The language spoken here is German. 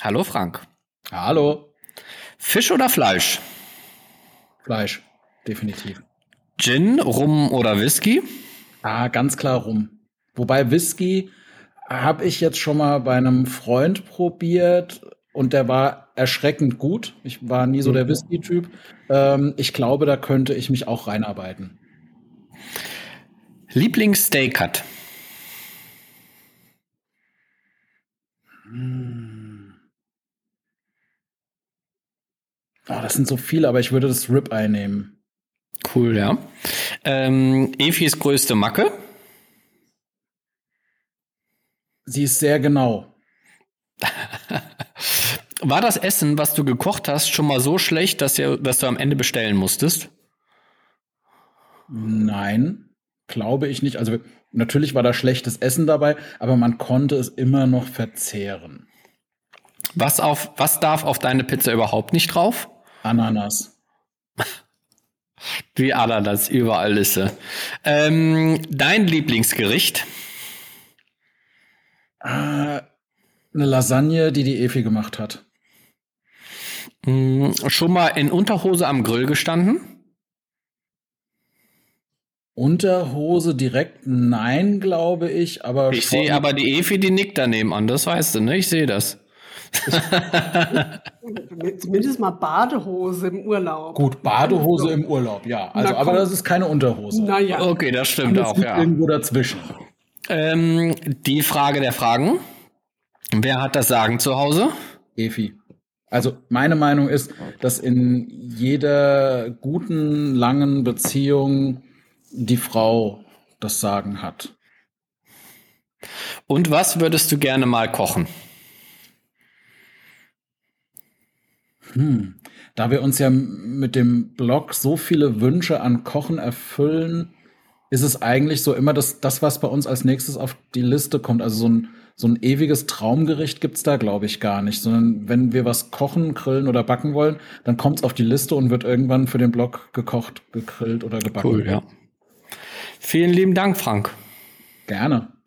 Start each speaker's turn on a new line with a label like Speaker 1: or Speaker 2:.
Speaker 1: Hallo Frank.
Speaker 2: Hallo.
Speaker 1: Fisch oder Fleisch?
Speaker 2: Fleisch, definitiv.
Speaker 1: Gin, Rum oder Whisky?
Speaker 2: Ah, ganz klar rum. Wobei Whisky habe ich jetzt schon mal bei einem Freund probiert und der war erschreckend gut. Ich war nie so der Whisky-Typ. Ähm, ich glaube, da könnte ich mich auch reinarbeiten.
Speaker 1: Lieblingssteak-Cut?
Speaker 2: Hm. Oh, das sind so viele, aber ich würde das Ribeye nehmen.
Speaker 1: Cool, ja. Ähm, Efis größte Macke?
Speaker 2: Sie ist sehr genau.
Speaker 1: War das Essen, was du gekocht hast, schon mal so schlecht, dass, ihr, dass du am Ende bestellen musstest?
Speaker 2: Nein, glaube ich nicht. Also natürlich war da schlechtes Essen dabei, aber man konnte es immer noch verzehren.
Speaker 1: Was, auf, was darf auf deine Pizza überhaupt nicht drauf?
Speaker 2: Ananas.
Speaker 1: Die Ananas, überall ist sie. Ähm, dein Lieblingsgericht?
Speaker 2: Ah, eine Lasagne, die die Efi gemacht hat.
Speaker 1: Hm, schon mal in Unterhose am Grill gestanden?
Speaker 2: Unterhose direkt nein, glaube ich, aber
Speaker 1: Ich
Speaker 2: schon-
Speaker 1: sehe aber die Efi, die nickt daneben an, das weißt du, ne? Ich sehe das.
Speaker 3: Zumindest mal Badehose im Urlaub.
Speaker 2: gut Badehose im Urlaub, ja. Also,
Speaker 3: Na,
Speaker 2: aber
Speaker 3: komm.
Speaker 2: das ist keine Unterhose.
Speaker 3: Naja,
Speaker 1: Okay, das stimmt
Speaker 2: das
Speaker 1: auch,
Speaker 2: liegt
Speaker 1: ja.
Speaker 2: irgendwo dazwischen.
Speaker 1: Ähm, die Frage der Fragen. Wer hat das Sagen zu Hause?
Speaker 2: Efi. Also meine Meinung ist, dass in jeder guten, langen Beziehung die Frau das Sagen hat.
Speaker 1: Und was würdest du gerne mal kochen?
Speaker 2: Da wir uns ja m- mit dem Blog so viele Wünsche an Kochen erfüllen, ist es eigentlich so immer das, das was bei uns als nächstes auf die Liste kommt. Also so ein, so ein ewiges Traumgericht gibt's da, glaube ich, gar nicht. Sondern wenn wir was kochen, grillen oder backen wollen, dann kommt's auf die Liste und wird irgendwann für den Blog gekocht, gegrillt oder gebacken.
Speaker 1: Vielen lieben Dank, Frank.
Speaker 2: Gerne.